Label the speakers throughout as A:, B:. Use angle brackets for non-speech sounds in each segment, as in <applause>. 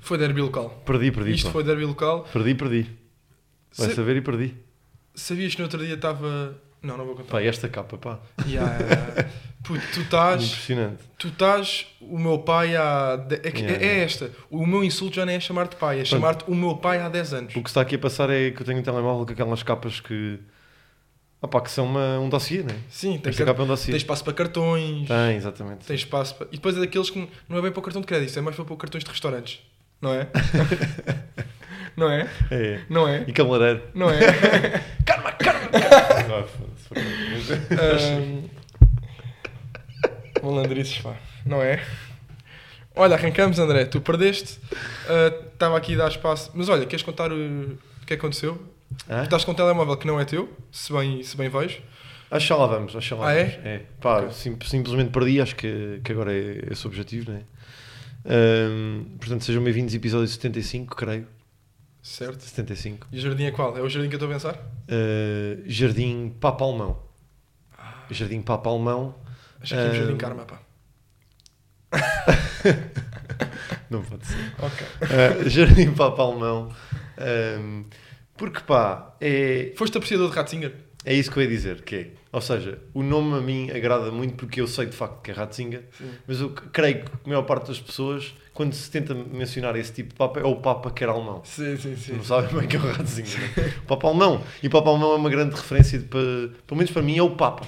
A: Foi derby local.
B: Perdi, perdi.
A: Isto
B: pá.
A: foi derby local.
B: Perdi, perdi. Vai
A: Sa-
B: saber e perdi.
A: Sabias que no outro dia estava. Não, não vou contar.
B: Pá, esta capa, pá.
A: Yeah, yeah,
B: <laughs>
A: yeah. Puto, tu estás.
B: Impressionante.
A: Tu estás. O meu pai há. de- É, que-
B: Yeah,
A: é
B: yeah.
A: esta. O meu insulto já nem é chamar-te pai, é chamar-te o meu pai há 10 anos.
B: O que está aqui a passar é que eu tenho um telemóvel com aquelas capas que. Ah, pá, que são uma, um dossiê, né?
A: Sim, tens,
B: Esta
A: car...
B: capa Tá. é um
A: tens
B: dossiê.
A: espaço para cartões.
B: Tem, exatamente.
A: Tem espaço para... E depois é daqueles que não é bem para o cartão de crédito, é mais para pôr cartões de restaurantes. Não
B: <laughs>
A: é? não é?
B: É.
A: Não é?
B: E
A: <laughs>
B: camareiro.
A: Não é?
B: Ah, foda-se, foi bem.
A: Ahm, Malandrices, pá. Não é? Olha, arrancamos, André. Tu perdeste. Ah, Estava aqui a dar espaço. Mas olha, queres contar o, o que aconteceu? Tu
B: Hã?
A: Estás com um telemóvel que não é teu, se bem, se bem vejo.
B: Acho que já lá vamos, acho que já lá
A: Ah, é?
B: vamos. Pá,
A: Ok.
B: sim- simplesmente perdi, acho que, que agora é esse o objetivo, né? Ahm, portanto, sejam bem-vindos, episódio 75, creio.
A: Certo?
B: 75.
A: E o jardim é qual? É o jardim que eu estou a pensar?
B: Ah, Jardim Papa Almão. Jardim Papa Almão.
A: Acho Ah, que é o jardim
B: Ahm.
A: Karma, pá.
B: Não pode ser.
A: Ok.
B: Ah, <laughs> Jardim Papa Almão. Ahm, porque, pá, é,
A: Foste apreciador de Ratzinger?
B: é isso que eu ia dizer, que é. Ou seja, o nome a mim agrada muito porque eu sei de facto que é Ratzinga.
A: Sim.
B: Mas eu creio que a maior parte das pessoas, quando se tenta mencionar esse tipo de Papa, é o Papa que era alemão.
A: Sim, sim, sim.
B: Não sabem bem que é o Ratzinger. né? O Papa alemão. E o Papa alemão é uma grande referência, de, pa- pelo menos para mim, é o Papa.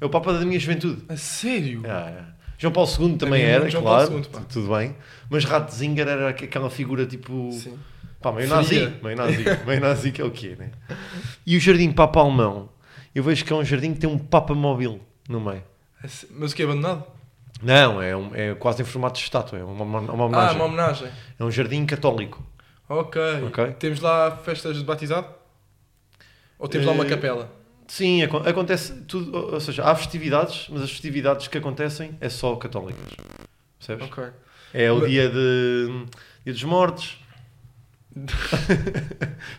B: É o Papa da minha juventude.
A: A sério?
B: Ah, é. João Paulo II também
A: mim,
B: era,
A: João Paulo
B: claro.
A: II, pá.
B: tu- tudo bem. Mas Ratzinger era aqu- aquela figura tipo.
A: Sim.
B: Pá, meio
A: Fria.
B: nazi, meio nazi, meio nazi que é o quê, né? E o Jardim Papa Alemão, eu vejo que é um jardim que tem um Papa móvel no meio.
A: A sé- Mas o que é abandonado?
B: Não, é, um- é quase em formato de estátua, é uma, uma- uma
A: Ah,
B: homenagem.
A: uma homenagem.
B: É um jardim católico.
A: Ok.
B: Ok.
A: Temos lá festas de batizado? Ou temos lá uma
B: Eh,
A: capela?
B: Sim, acon- acontece tudo, ou- ou seja, há festividades, mas as festividades que acontecem é só católicas. Percebes? <laughs>
A: Ok.
B: É o
A: Mas-
B: dia de dia dos mortos. <laughs>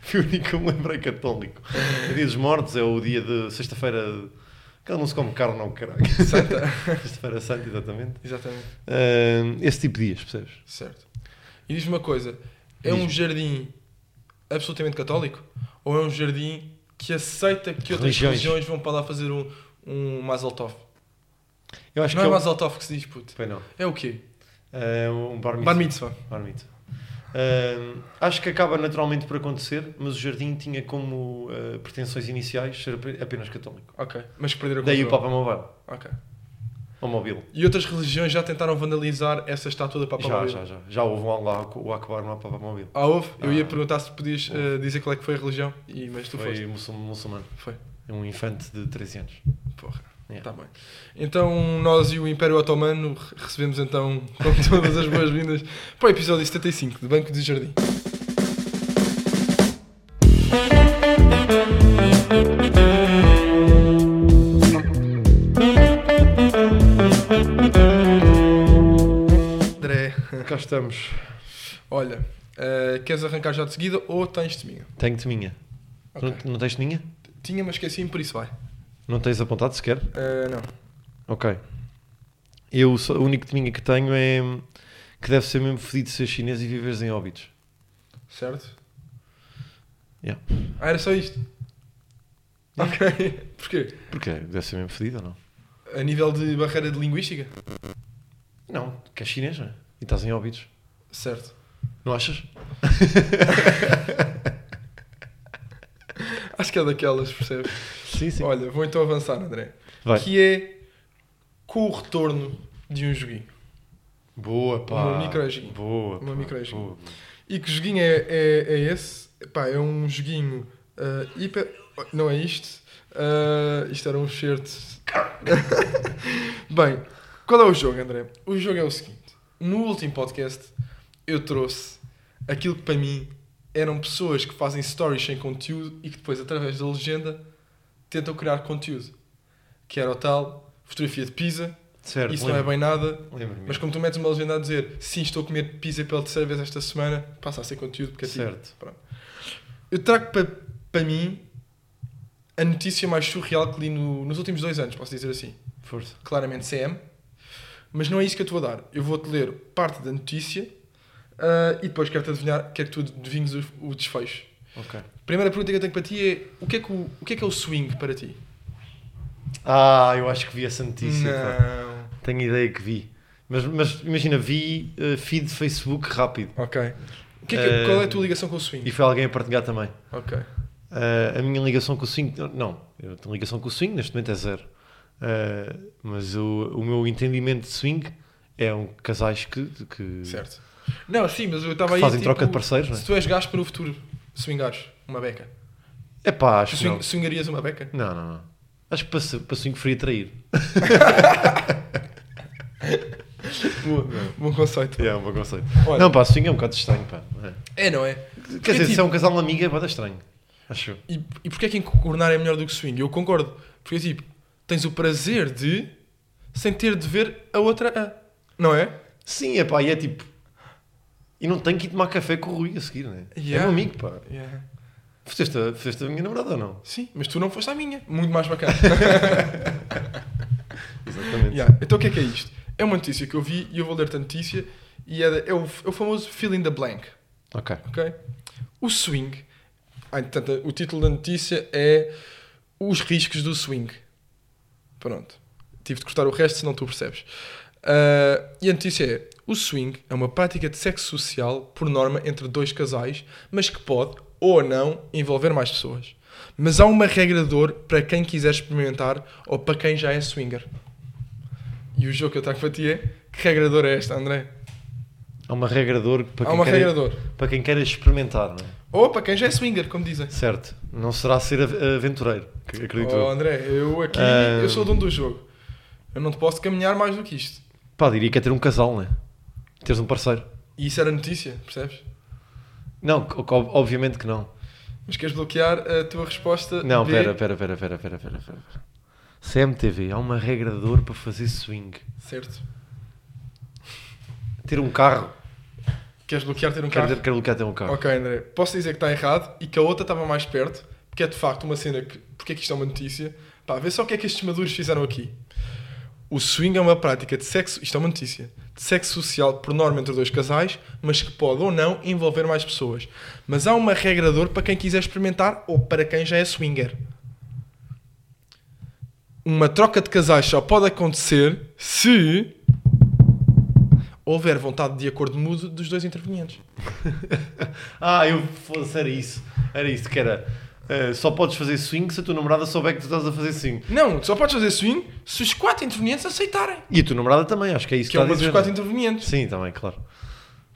B: Foi o único que eu me lembrei católico. O dia dos mortos é o dia de sexta-feira. Aquela não se come carne, não, caralho.
A: Santa.
B: Sexta-feira santa, exatamente.
A: Exatamente.
B: Ahm, esse tipo de dias, percebes?
A: Certo. E diz-me uma coisa. É
B: Diz-me.
A: um jardim absolutamente católico? Ou é um jardim que aceita que outras
B: Religiões.
A: religiões vão para lá fazer um, um Mazel Tov?
B: Eu acho
A: não
B: que
A: é
B: é um...
A: Mazel Tov que se diz, puto.
B: Pois não.
A: É o quê?
B: É um bar mitzvah.
A: Bar Mitzvah.
B: Bar mitzvah. Ahm, acho que acaba naturalmente por acontecer, mas o jardim tinha como ah, pretensões iniciais ser ap- apenas católico.
A: Ok. Mas que perderam o
B: Daí o
A: controle.
B: Papa Mobile.
A: Ok.
B: Ou mobile.
A: E outras religiões já tentaram vandalizar essa estátua da Papa
B: já,
A: Mobile?
B: já, já. Já houve um Allah, o Akbar no Papa Mobile.
A: Ah, houve? Eu ia
B: Ah.
A: perguntar se podias
B: Houve.
A: eh, dizer qual é que foi a religião, e, mas tu
B: Foi
A: foste.
B: muçul- muçulmano.
A: Foi.
B: É um infante de 13 anos.
A: Porra.
B: Yeah.
A: Tá bem. Então, nós e o Império Otomano re- recebemos então, <laughs> como todas as boas-vindas, para o episódio 75 de Banco de Jardim. André,
B: Cá estamos.
A: olha, eh, queres arrancar já de seguida ou tens de mim?
B: Tenho-te minha. Não, não tens minha?
A: Tinha, mas esqueci-me, por isso vai.
B: Não tens apontado sequer?
A: Eh, não.
B: Ok. Eu, só- o único de minha que tenho é que deve ser mesmo fedido ser chinês e viveres em óbitos.
A: Certo?
B: Yeah.
A: Ah, era só isto? Ok. <laughs> Porquê?
B: Porquê? Deve ser mesmo fedido ou não?
A: A nível de barreira de linguística?
B: Não, que é chinês, não é? E estás em óbitos.
A: Certo.
B: Não achas?
A: Acho que é daquelas, percebes?
B: Sim, sim.
A: Olha, vou então avançar, André.
B: Vai.
A: Que é com o retorno de um joguinho.
B: Boa, pá.
A: Uma microjoguinho.
B: Boa.
A: Uma
B: pá.
A: microjoguinho.
B: Boa, boa.
A: E que joguinho é, é, é esse? Pá, é um joguinho ah, hiper. Não é isto? Ah, isto era um shirt. <laughs> Bem, qual é o jogo, André? O jogo é o seguinte: no último podcast eu trouxe aquilo que para mim eram pessoas que fazem stories sem conteúdo e que depois, através da legenda, tentam criar conteúdo. Que era o tal fotografia de pizza,
B: Certo,
A: isso não é
B: lembro-
A: bem nada,
B: Lembro-me.
A: mas como tu metes uma legenda a dizer sim, estou a comer pizza pela terceira vez esta semana, passa a ser conteúdo porque é tipo,
B: Certo.
A: pronto. Eu trago para para mim a notícia mais surreal que li no- nos últimos dois anos, posso dizer assim.
B: Força.
A: Claramente CM. Mas não é isso que eu te vou dar. Eu vou-te ler parte da notícia Ah, e depois quero-te adivinhar, quero que tu adivinhes o, o desfecho.
B: Ok.
A: Primeira pergunta que eu tenho para ti é: o que é que, o, o que, é, que é o swing para ti?
B: Ah, eu acho que vi essa notícia. pá.
A: Não.
B: Tenho ideia que vi. Mas, mas imagina, vi eh, feed de Facebook rápido.
A: Ok. O que é que- qual é a tua
B: Ah,
A: ligação com o
B: E
A: swing?
B: foi alguém a partilhar também.
A: Ok.
B: Eh, a minha ligação com o swing. Não, eu tenho ligação com o swing, neste momento é zero. Eh, mas o, o meu entendimento de swing é um casais que, que
A: Certo. Não, sim, mas eu estava
B: que
A: aí.
B: fazem
A: tipo,
B: troca de parceiros, não
A: Se tu és gajo para o futuro, swingares uma beca.
B: é? É pá, acho
A: Tu
B: que não.
A: swing, swingarias uma beca? <laughs>
B: Não, não, não. Acho que para, se- para swing frio trair.
A: Boa. Bom conceito.
B: É, um bom conceito.
A: Olha.
B: <laughs> Não, pá, swing é um bocado estranho, pá. É.
A: É, não é?
B: Quer dizer,
A: tipo-
B: se é um casal amigo é bada estranho. Acho. eu.
A: E, e porquê é que encornar é melhor do que swing? Eu concordo. Porque, tipo, tens o prazer de, sem ter de ver a outra A. Não é?
B: Sim, é pá, e é tipo. E não tenho que ir tomar café com o Rui a seguir, né? É
A: Yeah.
B: meu amigo, pá.
A: Yeah.
B: Fizeste a, fizeste a minha namorada ou não?
A: Sim, mas tu não foste à minha. Muito mais <laughs> bacana.
B: Exatamente.
A: Yeah. Então o que é que é isto? É uma notícia que eu vi e eu vou ler-te a notícia. E é, da- é o, é o famoso fill in the blank.
B: Ok.
A: ok? O swing. Ah, portanto, o título da notícia é Os riscos do swing. Pronto. Tive de cortar o resto, senão tu percebes. Ah, e a notícia é: O swing é uma prática de sexo social, por norma, entre dois casais, mas que pode ou não envolver mais pessoas. Mas há uma regra de ouro para quem quiser experimentar ou para quem já é swinger. E o jogo que eu trago para ti é: Que regra de ouro é esta, André?
B: Há uma regra de ouro para
A: Há
B: quem,
A: uma
B: quer,
A: regra de ouro.
B: para quem quer experimentar, não é?
A: Ou para quem já é swinger, como dizem.
B: Certo. Não será ser av- aventureiro, que- acredito
A: Oh,
B: eu.
A: André, eu aqui,
B: Ah.
A: eu sou o dono do jogo. Eu não te posso caminhar mais do que isto.
B: Pá, diria que é ter um casal, né? Teres um parceiro.
A: E isso era notícia, percebes?
B: Não, co- co- obviamente que não.
A: Mas queres bloquear a tua resposta?
B: Não,
A: de-
B: pera, pera, pera, pera, pera, pera, pera. CMTV, há uma regra de ouro para fazer swing.
A: Certo.
B: Ter um carro.
A: Queres bloquear ter um
B: Quero
A: carro?
B: ter, quero colocar ter um carro.
A: Ok, André. Posso dizer que está errado e que a outra estava mais perto, porque é de facto uma cena que. Porque é que isto é uma notícia? Pá, vê só o que é que estes maduros fizeram aqui. O swing é uma prática de sexo. Isto é uma notícia. De sexo social, por norma, entre dois casais, mas que pode ou não envolver mais pessoas. Mas há uma regra de ouro para quem quiser experimentar ou para quem já é swinger. Uma troca de casais só pode acontecer se houver vontade de acordo mútuo dos dois intervenientes.
B: Ah, eu fosse, era isso. Era isso que era. eh, só podes fazer swing se a tua namorada souber que tu estás a fazer swing.
A: Não, só podes fazer swing se os quatro intervenientes aceitarem.
B: E a tua namorada também, acho que é isso
A: Que
B: que,
A: é
B: está
A: uma
B: a
A: dos
B: dizer.
A: quatro
B: não é?
A: intervenientes.
B: Sim, também, claro.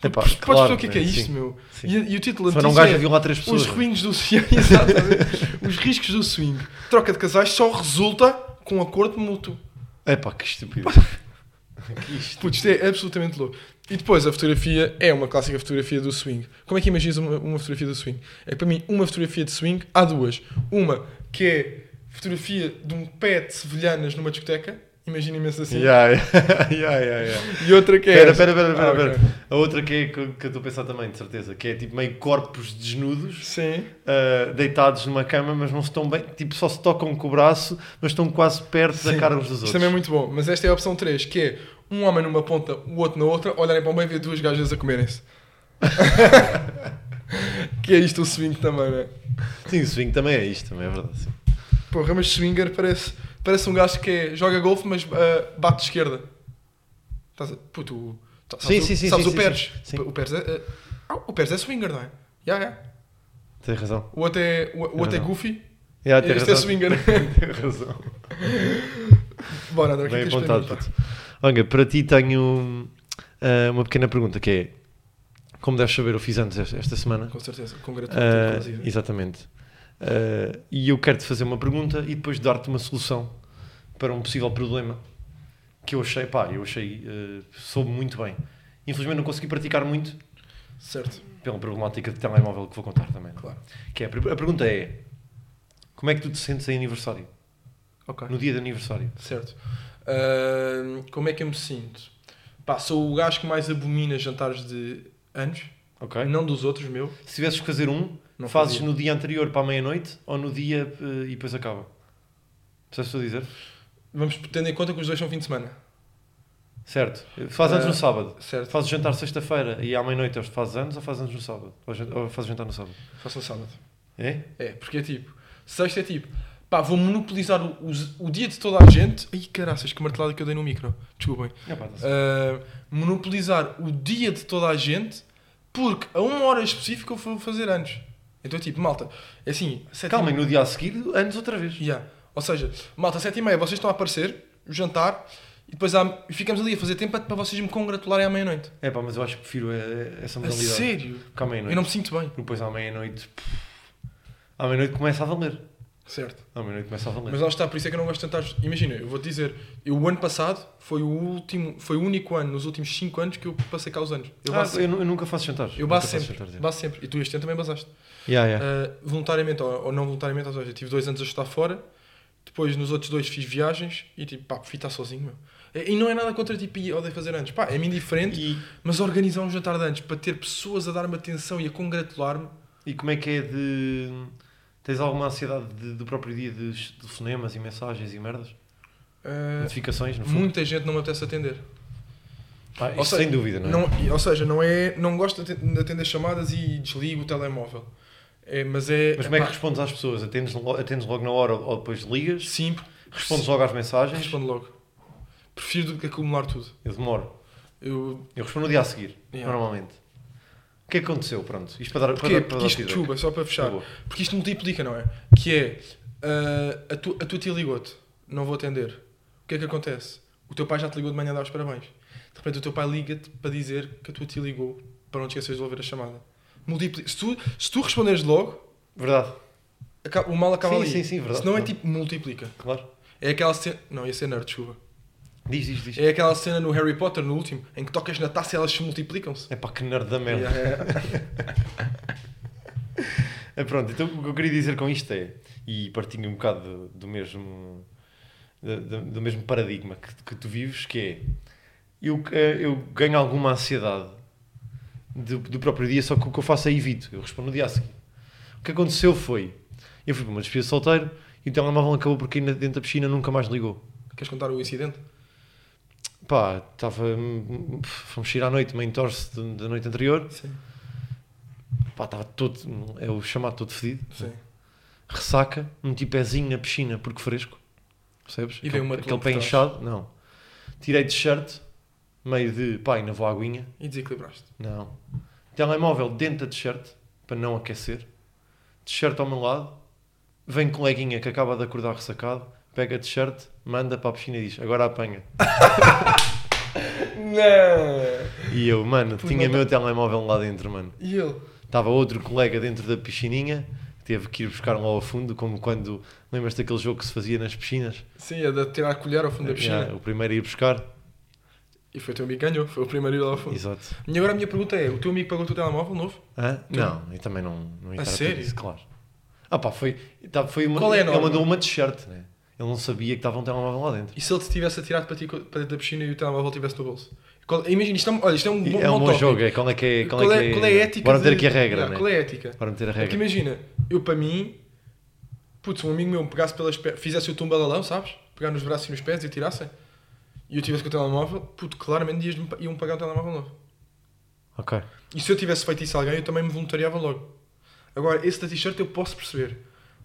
B: Epá,
A: Podes
B: claro,
A: perceber o que é que é
B: né?
A: isto,
B: Sim.
A: meu?
B: Sim.
A: E, e o título da
B: Foram um
A: notícia
B: gajo a
A: é
B: violar três pessoas.
A: Os ruins do swing. <laughs> Exatamente. os riscos do swing. Troca de casais só resulta com acordo mútuo.
B: Epá, que estúpido. <laughs> que isto.
A: Putz, isto é absolutamente louco. E depois a fotografia é uma clássica fotografia do swing. Como é que imaginas uma, uma fotografia do swing? É que para mim, uma fotografia de swing, há duas. Uma que é fotografia de um pé de sevilhanas numa discoteca. Imagina imenso assim.
B: Yeah, <laughs> yeah, yeah, yeah, yeah.
A: E outra que é.
B: Pera,
A: esta.
B: pera, pera, pera,
A: Ah,
B: pera.
A: ok.
B: A outra que, é, que, que eu estou a pensar também, de certeza, que é tipo meio corpos desnudos,
A: Sim.
B: ah, deitados numa cama, mas não se estão bem, tipo só se tocam com o braço, mas estão quase perto da
A: Sim.
B: cara uns dos
A: Isto
B: outros.
A: também é muito bom. Mas esta é a opção 3, que é um homem numa ponta, o outro na outra, olharem para o meio e ver duas gajas a
B: <laughs>
A: comerem-se. que é isto o swing também, não é?
B: Sim, swing também é isto, também é verdade. Sim.
A: Porra, mas swinger parece, parece um gajo que é- joga golfe, mas ah, bate de esquerda. Estás a- Puto, o- tá, sabes,
B: Sim,
A: o-
B: sim, sim,
A: sabes
B: sim,
A: o
B: sim,
A: Pérez?
B: sim. Sim.
A: O Pérez é, ah, o Pérez é swinger, não é? Yeah, yeah.
B: Tens razão.
A: O outro é, o, o outro é
B: Não.
A: goofy.
B: Yeah, tens
A: este é
B: razão.
A: swinger. <laughs>
B: <laughs> Tens razão.
A: Bora, André, o que é
B: Bem
A: que tens para
B: apontado.
A: mim, pá?
B: puto. Olha, para ti tenho hum, ah, uma pequena pergunta que é: como deves saber, eu fiz anos esta esta semana.
A: Com certeza,
B: Ah,
A: congratulações. inclusive.
B: exatamente. Ah, e eu quero te fazer uma pergunta e depois dar-te uma solução para um possível problema que eu achei, pá, eu achei, ah, soube muito bem. Infelizmente não consegui praticar muito
A: Certo,
B: pela problemática de telemóvel que vou contar também. não é?
A: claro.
B: Que é, a per- a pergunta é: como é que tu te sentes em aniversário?
A: Ok.
B: No dia de aniversário?
A: Certo. Ahn, como é que eu me sinto? Pá, sou o gajo que mais abomina jantares de anos,
B: Ok?
A: não dos outros, meu.
B: Se tivesses que fazer um,
A: Não
B: fazes
A: fazia.
B: no dia anterior para a meia-noite ou no dia eh, e depois acaba? Percebes o que estou a dizer?
A: Vamos tendo em conta que os dois são fim de semana.
B: Certo. Faz anos
A: Ah,
B: no sábado.
A: Certo,
B: Faz o jantar sexta-feira e à meia-noite eles fazem anos ou faz anos no sábado? Ou jan- Ou faz o jantar no sábado?
A: faço no sábado.
B: É?
A: É, porque é tipo, sexta é tipo, pá, vou monopolizar o, os- o dia de toda a gente. Ai caraças, que martelada que eu dei no micro. Desculpem.
B: É, pá, tá-se.
A: Uh, monopolizar o dia de toda a gente porque a uma hora específica eu vou fazer anos. Então é tipo, malta, é assim, sete
B: Calma, e no dia a seguir, anos outra vez.
A: Yeah. Ou seja, malta, sete e meia, vocês estão a aparecer, o jantar, e depois há- ficamos ali a fazer tempo para vocês me congratularem à meia-noite.
B: É pá, mas eu acho que prefiro eh, essa
A: A
B: modalidade.
A: sério?
B: Porque à
A: Eu
B: meia-noite.
A: não me sinto bem.
B: Porque Depois à meia-noite. pff, À meia-noite começa a valer.
A: Certo.
B: À meia-noite começa a valer.
A: Mas lá está, por isso é que eu não gosto de tentar. Imagina, eu vou te dizer, eu, o ano passado foi o último, foi o único ano nos últimos 5 anos que eu passei cá os anos. Eu
B: Ah,
A: baço
B: eu, nu- eu nunca faço jantares.
A: eu
B: Nunca
A: baço
B: faço
A: sempre,
B: jantares, é.
A: baço sempre. E tu este ano também basaste.
B: Yeah, yeah.
A: Uh, voluntariamente ou, ou não voluntariamente, ou seja, tive dois anos a estudar fora, depois nos outros dois fiz viagens e tipo, pá, fui estar sozinho, meu. E, e não é nada contra tipo, ir- odeio fazer antes, pá, é-me indiferente,
B: E,
A: mas organizar um jantar de antes para ter pessoas a dar-me atenção e a congratular-me,
B: e como é que é de. Tens alguma ansiedade de- do próprio dia de ch- de fonemas e mensagens e merdas?
A: uh,
B: Notificações, no fundo?
A: muita gente não me apetece atender.
B: Ah,
A: Ou
B: isso
A: seja,
B: sem dúvida, não é?
A: Não, e- ou seja, não é, não gosto de aten- de atender chamadas e desligo o telemóvel. É, mas é.
B: Mas como é que
A: pá,
B: respondes às pessoas? Atendes, lo- atendes logo na hora ou depois ligas?
A: Sim,
B: Respondes logo às mensagens?
A: respondo logo. Prefiro do que acumular tudo.
B: Eu demoro.
A: Eu
B: Eu respondo no dia a seguir,
A: Yeah.
B: normalmente. O que é que aconteceu? Pronto, isto para dar para
A: Porquê?
B: dar, para
A: Porque
B: dar
A: isto,
B: feedback.
A: desculpa, só para
B: Tá
A: fechar,
B: bom.
A: porque isto multiplica, não é? Que é, ah, a, tu, a tua tia ligou-te, não vou atender. O que é que acontece? O teu pai já te ligou de manhã a dar os parabéns. De repente o teu pai liga-te para dizer que a tua tia ligou, para não te esqueces de ouvir a chamada. Multiplica. Se tu, se tu responderes logo,
B: Verdade,
A: aca- o mal acaba
B: Sim,
A: ali.
B: sim, sim, verdade.
A: Se não é tipo, multiplica.
B: claro.
A: É aquela cena... Não, ia ser nerd, desculpa.
B: Diz, diz, diz.
A: É aquela cena no Harry Potter, no último, em que tocas na taça e elas se multiplicam-se.
B: É pá, que nerd da merda.
A: Yeah, yeah.
B: <laughs> É, pronto, então o que eu queria dizer com isto é, e partindo um bocado do, do mesmo da- da- do, mesmo paradigma que, que tu vives, que é eu, eh, eu ganho alguma ansiedade do, do próprio dia, só que o que eu faço é evito, eu respondo no dia a seguir. O que aconteceu foi, eu fui para uma despedida de solteiro e o telemóvel acabou por cair na- dentro da piscina nunca mais ligou.
A: Queres contar o incidente?
B: Pá, estava. hum, Fomos sair à noite, meio torce de- da noite anterior.
A: Sim.
B: Pá, estava todo. É o chamado todo fedido.
A: Sim.
B: ressaca, meti pezinho na piscina porque fresco, percebes?
A: E veio uma
B: aquele
A: telão
B: pé
A: por trás.
B: inchado, não. Tirei de shirt, meio de pá, ainda vou à aguinha,
A: E desequilibraste.
B: não. Telemóvel dentro da t-shirt, para não aquecer, t-shirt ao meu lado, vem coleguinha que acaba de acordar ressacado, pega a t-shirt, manda para a piscina e diz, agora apanha.
A: Não!
B: E eu, mano,
A: Puto,
B: tinha
A: não tá-
B: meu telemóvel lá dentro, mano.
A: E ele?
B: Estava outro colega dentro da piscininha, teve que ir buscar lá ao fundo, como quando, lembras-te daquele jogo que se fazia nas piscinas?
A: Sim, é de tirar a colher ao fundo da piscina.
B: Yeah, é, o primeiro a ir buscar.
A: E foi o teu amigo que ganhou, foi o primeiro a ir lá ao fundo.
B: Exato.
A: E agora a minha pergunta é: o teu amigo pagou o teu telemóvel novo?
B: Hã? Não, eu também não, não ia
A: A
B: estar a
A: sério?
B: pedir isso, claro. Ah pá, foi, tá, foi uma,
A: Qual é a
B: ele
A: norma?
B: mandou uma t-shirt, né? Ele não sabia que estava um telemóvel lá dentro.
A: E se ele te tivesse atirado para, ti, para dentro da piscina e o telemóvel estivesse no bolso? Qual- Imagina, isto é, um- olha, isto é um
B: E
A: bom,
B: é um bom
A: tópico.
B: jogo, é qual é que é, qual é, que é...
A: qual é a ética?
B: Bora meter
A: de-
B: aqui a regra,
A: Yeah,
B: né?
A: Qual é a ética?
B: Bora meter a
A: Porque
B: regra.
A: imagina, eu para mim, putz, um amigo meu me pegasse pelas pernas, fizesse o tumbalalão, sabes? Pegar nos braços e nos pés e tirassem. E eu tivesse com o telemóvel, puto, claramente ias-me pa- iam pagar um telemóvel novo.
B: Ok.
A: E se eu tivesse feito isso a alguém, eu também me voluntariava logo. Agora, esse da t-shirt eu posso perceber.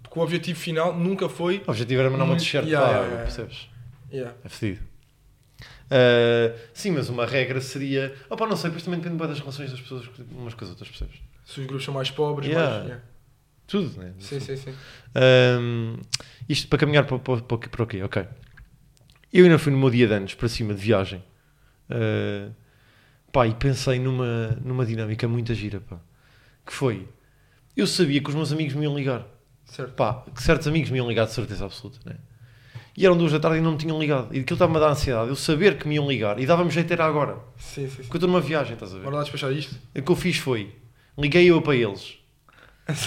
A: Porque o objetivo final nunca foi.
B: O objetivo era mandar uma
A: Muito-
B: t-shirt,
A: yeah,
B: pá,
A: yeah, yeah.
B: percebes?
A: Yeah.
B: É fedido. Ah, sim, mas uma regra seria... Ah pá, não sei, depois também depende bué das relações das pessoas umas com as outras, percebes?
A: Se os grupos são mais pobres,
B: Yeah.
A: mais. yeah.
B: Tudo, né?
A: Sim, sim, sim.
B: Ahm, isto para caminhar para, para, para, para o quê? Ok. Eu ainda fui no meu dia de anos para cima de viagem. Ah, pá, e pensei numa, numa dinâmica muito gira, pá. Que foi, eu sabia que os meus amigos me iam ligar.
A: Certo.
B: Pá, que certos amigos me iam ligar de certeza absoluta, né? E eram duas da tarde e não me tinham ligado. E aquilo estava-me a dar ansiedade. Eu saber que me iam ligar. E dava-me jeito era agora.
A: Sim, sim, sim.
B: Porque eu estou numa viagem, estás a ver?
A: Bora lá despachar isto.
B: O que eu fiz foi, liguei eu para eles.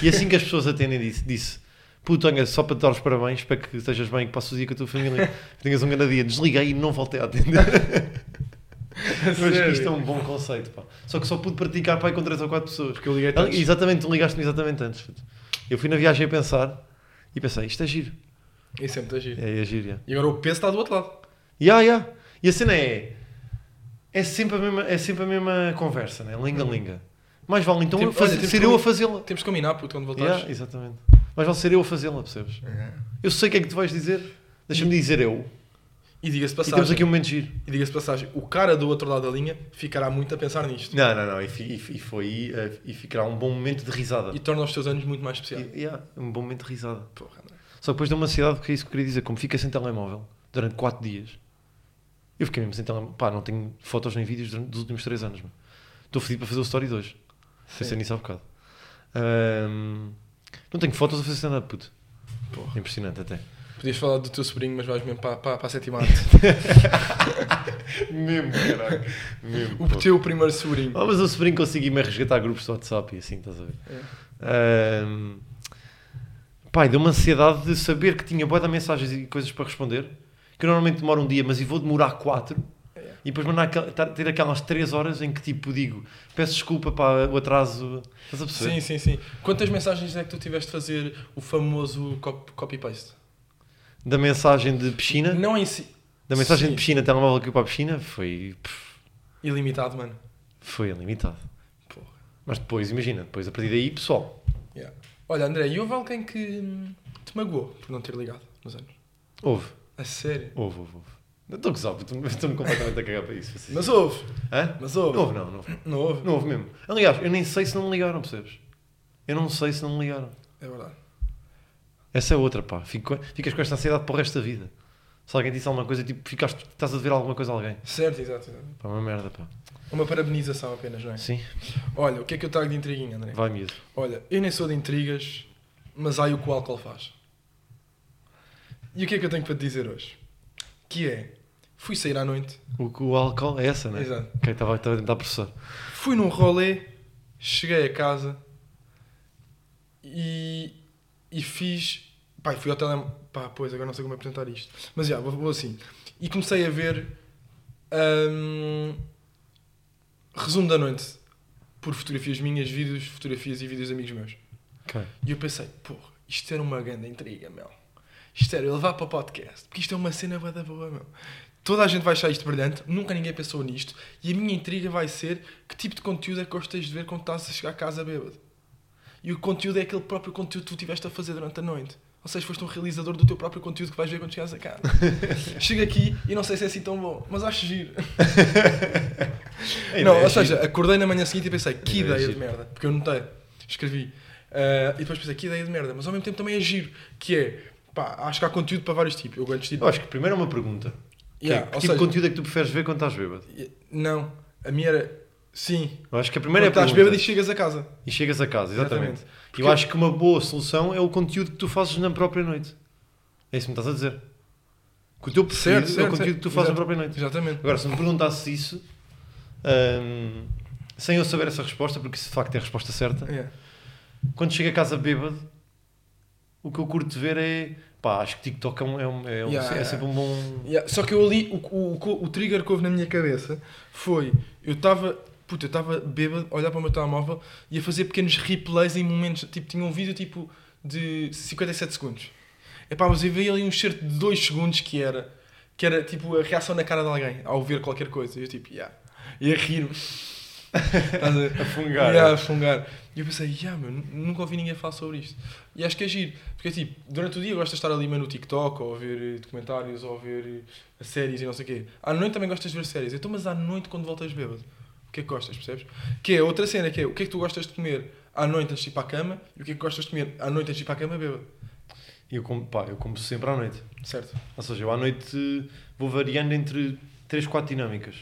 B: E assim que as pessoas atendem, disse, disse puto, olha, só para te dar os parabéns, espero que estejas bem, que passes o dia com a tua família, que tenhas um grande dia. Desliguei e não voltei
A: <laughs>
B: a atender. <laughs> Mas
A: Sério?
B: isto é um bom conceito, pá. Só que só pude praticar, pá, com 3 ou 4 pessoas.
A: Porque eu liguei
B: Ah,
A: tantos.
B: Exatamente, tu ligaste-me exatamente antes. puto. Eu fui na viagem a pensar e pensei, isto é giro.
A: Isso é muito giro.
B: É, é giro, já.
A: E agora o peso está do outro lado.
B: Ya, ya. E a cena é. é sempre a mesma, é sempre a mesma conversa, né? Lenga-lenga. Mais vale então
A: Tem-
B: eu fazer-
A: Tipo, olha, temos
B: ser
A: que
B: eu a
A: ouvir-
B: fazê-la.
A: Então, Temos que combinar, puto, quando voltares.
B: Yeah, exatamente. Mais vale ser eu a fazê-la, percebes?
A: É.
B: Eu sei o que é que tu vais dizer. Deixa-me dizer eu.
A: E diga-se
B: E temos
A: passagem,
B: aqui um momento giro.
A: e diga-se passagem, o cara do outro lado da linha ficará muito a pensar nisto.
B: Não, não, não. E, fi- e fi- e foi. eh, E ficará um bom momento de risada.
A: E torna os teus anos muito mais especiais.
B: E- yeah, um bom momento de risada.
A: Porra, André.
B: Só que depois deu uma ansiedade, porque é isso que eu queria dizer. Como fica sem telemóvel durante 4 dias, eu fiquei mesmo sem telemóvel. Pá, não tenho fotos nem vídeos durante, dos últimos 3 anos. meu. Estou fedido para fazer o story 2. Pensei nisso há bocado. Ahm, não tenho fotos a fazer stand-up, puto.
A: Porra.
B: Impressionante até.
A: Podias falar do teu sobrinho, mas vais mesmo para, para, para a
B: <laughs>
A: sétima arte.
B: Mesmo, <laughs> caralho. Mesmo.
A: o teu primeiro sobrinho.
B: Ah, mas o sobrinho conseguiu-me resgatar grupos de WhatsApp e assim, estás a ver? Ahm, Pai, deu uma ansiedade de saber que tinha boa de mensagens e coisas para responder, que eu normalmente demora um dia, mas e vou demorar quatro.
A: É.
B: E depois mandar aquel- tar- ter aquelas três horas em que tipo digo, peço desculpa para o atraso. Estás a perceber?
A: Sim, sim, sim. Quantas mensagens é que tu tiveste de fazer o famoso cop- copy-paste?
B: Da mensagem de piscina,
A: Não em si.
B: da mensagem
A: sim.
B: de piscina, telemóvel que eu para a piscina, foi, pff,
A: Ilimitado, mano.
B: foi ilimitado.
A: Porra.
B: Mas depois, imagina, depois a partir daí, pessoal,
A: Yeah. Olha, André, e houve alguém que hum, te magoou por não ter ligado nos anos?
B: houve,
A: A sério?
B: houve, houve. houve. Não Estou a gozar, puto, estou-me completamente a cagar para isso. assim.
A: Mas houve,
B: Hã?
A: mas houve.
B: Não houve, não, não houve.
A: Não houve?
B: Não houve mesmo. Aliás, eu nem sei se não me ligaram, percebes? Eu não sei se não me ligaram.
A: É verdade.
B: Essa é outra, pá. Fico com- ficas com esta ansiedade para o resto da vida. Se alguém disse alguma coisa, tipo, ficaste, estás a dever alguma coisa a alguém.
A: Certo, exato, exato.
B: Pá, uma merda, pá.
A: Uma parabenização apenas, não é?
B: Sim,
A: Olha, o que é que eu trago de intriguinha, André?
B: vai miúdo.
A: Olha, eu nem sou de intrigas, mas ai o que o álcool faz. E o que é que eu tenho para te dizer hoje? Que é, fui sair à noite,
B: O, que- o álcool é essa, né?
A: Exato.
B: Ok, estava estava a tentar processar.
A: fui num rolê, cheguei a casa e, e fiz. Pai, fui ao tele. Pá, pois, agora não sei como apresentar isto. Mas já, vou, vou assim. E comecei a ver. hum, resumo da noite. Por fotografias minhas, vídeos, fotografias e vídeos de amigos meus.
B: Ok.
A: E eu pensei, porra, isto era uma grande intriga, meu. Isto era eu levar para o podcast, porque isto é uma cena bué da boa, meu. Toda a gente vai achar isto brilhante, nunca ninguém pensou nisto, e a minha intriga vai ser que tipo de conteúdo é que gostas de ver quando estás a chegar a casa bêbado. E o conteúdo é aquele próprio conteúdo que tu tiveste a fazer durante a noite. Ou seja, foste um realizador do teu próprio conteúdo que vais ver quando chegares a casa. Chega aqui e não sei se é assim tão bom, mas acho giro.
B: A
A: Não,
B: ideia é
A: ou seja,
B: gira.
A: acordei na manhã seguinte e pensei, que
B: ideia é
A: ideia, de
B: gira.
A: merda. Porque eu notei, escrevi. Ah, e depois pensei, que ideia de merda. Mas ao mesmo tempo também é giro. Que é, pá, acho que há conteúdo para vários tipos. Eu gosto de tipo.
B: Eu acho que primeiro é uma pergunta. Que é,
A: Yeah,
B: que
A: ou
B: tipo de
A: seja,
B: conteúdo é que tu preferes ver quando estás bêbado?
A: Não, a minha era. Sim.
B: Eu acho que a primeira
A: Quando
B: é a
A: estás
B: pergunta.
A: bêbado e chegas a casa.
B: E chegas a casa, exatamente.
A: Exatamente.
B: E eu acho que uma boa solução é o conteúdo que tu fazes na própria noite. É isso que me estás a dizer. Que o teu preferido é o conteúdo que tu fazes na
A: Exato.
B: própria noite.
A: Exatamente.
B: Agora, se me perguntasse isso, hum, sem eu saber essa resposta, porque isso de facto é a resposta certa,
A: Yeah.
B: quando chego a casa bêbado, o que eu curto de ver é. Pá, acho que TikTok é, um, é, um- é um-
A: Yeah.
B: é sempre um bom.
A: Yeah, Só que eu ali, o, o, o- o trigger que houve na minha cabeça foi: eu estava, puta, eu estava bêbado, a olhar para o meu telemóvel e a fazer pequenos replays em momentos. Tipo, tinha um vídeo tipo de 57 segundos. Epá, mas eu vi ali um certo de 2 segundos que era, que era tipo a reação na cara de alguém ao ver qualquer coisa. E eu tipo, yeah. E a rir-me. <laughs> Estás a ver?
B: A fungar. é.
A: Yeah, a fungar. E eu pensei, yeah, meu, nu- nunca ouvi ninguém falar sobre isto. E acho que é giro. Porque, tipo, durante o dia eu gosto de estar ali mano, no TikTok, ou a ver eh, documentários, ou a ver eh, séries e não sei o quê. À noite também gostas de ver séries. Então, mas à noite quando voltas bêbado, o que é que gostas, percebes? Que é outra cena, que é o que é que tu gostas de comer à noite antes de ir para a cama, e o que é que gostas de comer à noite antes de ir para a cama bêbado.
B: E eu como, pá, eu como sempre à noite.
A: Certo?
B: Ou seja, eu à noite vou variando entre 3, 4 dinâmicas.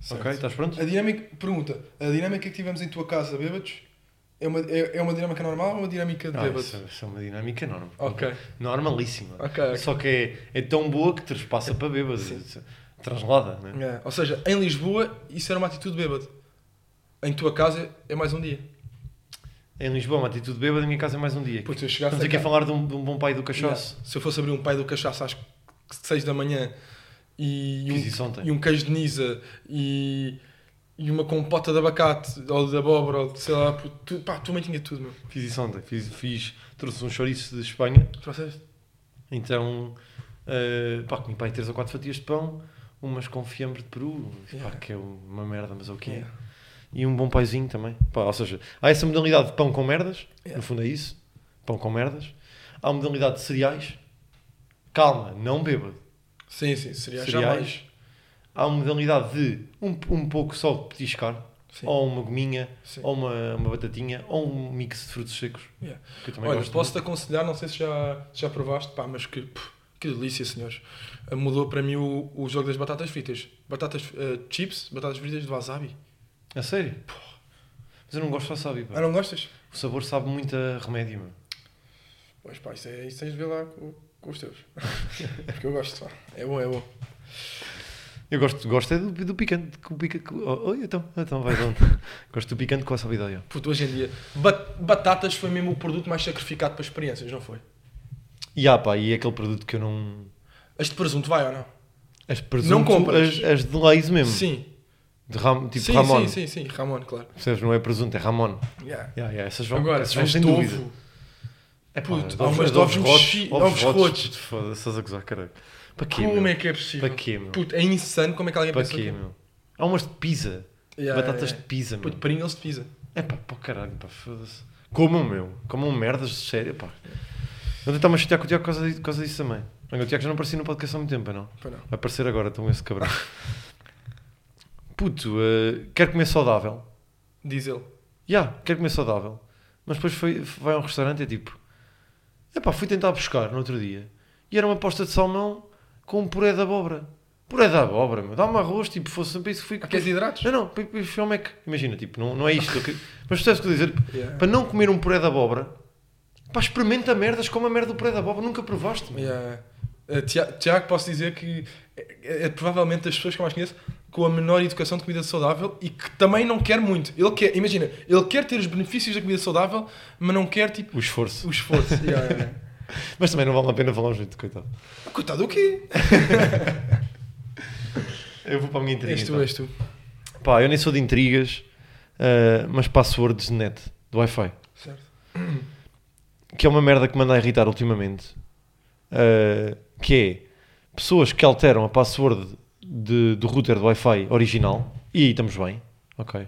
A: certo.
B: Ok? tá. Estás pronto?
A: A dinâmica, pergunta, a dinâmica que tivemos em tua casa bêbados é uma, é, é uma dinâmica normal ou uma dinâmica de
B: Ah,
A: bêbado?
B: isso, é- isso é uma dinâmica enorme.
A: Ok.
B: Normalíssima.
A: Ok, ok.
B: Só que é, é tão boa que transpassa para bêbado.
A: Sim.
B: Translada, né?
A: É, Ou seja, em Lisboa, isso era uma atitude bêbada. Em tua casa é mais um dia.
B: Em Lisboa, uma atitude bêbada, em minha casa é mais um dia.
A: Porque se eu chegasse
B: Estamos aqui
A: a
B: a
A: casa-
B: falar de um, de um bom pai do cachaço.
A: Yeah. Se eu fosse abrir um pai do cachaço às 6 da manhã e
B: Fiz isso
A: um,
B: ontem.
A: e um queijo de Nisa e, e uma compota de abacate ou de abóbora ou de sei lá, puto, tu, pá, tu mãe tinha tudo, meu.
B: Fiz isso ontem. Fiz, fiz- trouxe um chouriço de Espanha.
A: Trouxeste?
B: Então, eh, pá, comi pai 3 ou 4 fatias de pão, umas com fiambre de peru,
A: Yeah.
B: pá, que é uma merda, mas é o que é.
A: Yeah.
B: E um bom paizinho também. Pá, ou seja, há essa modalidade de pão com merdas,
A: Yeah.
B: no fundo é isso, pão com merdas. Há a modalidade de cereais, calma, não bêbado.
A: Sim, sim, seria
B: Cereais.
A: jamais.
B: Há a modalidade de um, um pouco só de petiscar,
A: Sim,
B: ou uma gominha,
A: sim.
B: ou uma, uma batatinha, ou um mix de frutos secos.
A: Yeah.
B: Que eu também
A: Olha,
B: gosto
A: posso-te aconselhar, não sei se já, se já provaste, pá, mas que, pff, que delícia, senhores. Ah, Mudou para mim o, o jogo das batatas fritas. Batatas ah, chips, batatas fritas de wasabi.
B: muito. A sério? Mas eu não gosto de wasabi, pá.
A: Ah, não gostas?
B: O sabor sabe muito a remédio, meu.
A: Pois pá, isso, é, isso tens de ver lá com, com os <laughs> teus. Porque eu gosto, pá. É bom, é bom.
B: Eu gosto, gosto é do, do picante. Com pica, com, oh, oh, então, então vai de onde? <laughs> gosto do picante com a sabidoria.
A: Puto, hoje em dia, bat- batatas foi mesmo o produto mais sacrificado para experiências, não foi?
B: E há, pá, e é aquele produto que eu não.
A: Este presunto vai ou não?
B: As presunto,
A: Não compras.
B: As, as de Lays mesmo.
A: Sim.
B: De ram, tipo
A: sim,
B: Ramon.
A: sim, sim, sim, Ramon, claro.
B: Percebes? Não é presunto, é Ramon.
A: Yeah.
B: Yeah, yeah, essas vão,
A: Agora,
B: essas vão
A: as
B: sem
A: de
B: dúvida.
A: ovo.
B: É
A: Puto,
B: ovos-
A: há umas de ovos mexidos, ovos rotos.
B: Foda-se, estás a gozar, caralho. Para quê?
A: Como
B: meu?
A: é que é possível?
B: Para quê, meu?
A: Puto, é insano como é que alguém
B: Para
A: pensa
B: quê,
A: aquilo.
B: meu? Há umas de pizza.
A: Yeah,
B: Batatas
A: yeah,
B: de pizza,
A: yeah. Puto,
B: meu.
A: Pringles de pizza.
B: É pá, pá, caralho, pá, foda-se. Comam, meu. Comam merdas, de sério, pá. Ontem estava a chatear com o Tiago por causa, di- por causa disso também. Olha, o Tiago já não aparecia no podcast há muito tempo, é não?
A: Pois não.
B: Vai aparecer agora, então esse cabrão. Puto, eh, quero comer saudável.
A: Diz ele.
B: Já, quero comer saudável. Mas depois foi, vai a um restaurante e é tipo... É pá, fui tentar buscar no outro dia. E era uma posta de salmão com um puré de abóbora. Puré de abóbora, meu. Dá-me arroz, tipo, fosse para isso que fui...
A: Ah, queres hidratos?
B: Não, não, para- para- foi ao Mac. Imagina, tipo, não, não é isto. que- Mas percebes o que eu estou a dizer?
A: Yeah.
B: para não comer um puré de abóbora, pá, experimenta merdas como a merda do puré de abóbora, nunca provaste. meu.
A: Yeah. Uh, Tiago, Tiago, posso dizer que é, é- é provavelmente das pessoas que eu mais conheço com a menor educação de comida saudável e que também não quer muito. Ele quer, imagina, ele quer ter os benefícios da comida saudável, mas não quer tipo
B: O esforço.
A: o esforço. <laughs> Yeah, yeah, yeah.
B: Mas também não vale a pena falar um jeito, coitado.
A: Coitado o quê?
B: Eu vou para a minha intriga.
A: És tu,
B: então.
A: és tu.
B: Pá, eu nem sou de intrigas, ah, mas passwords de net, do Wi-Fi.
A: Certo.
B: Que é uma merda que me anda a irritar ultimamente. Ah, que é pessoas que alteram a password de- do router do Wi-Fi original e aí estamos bem, ok.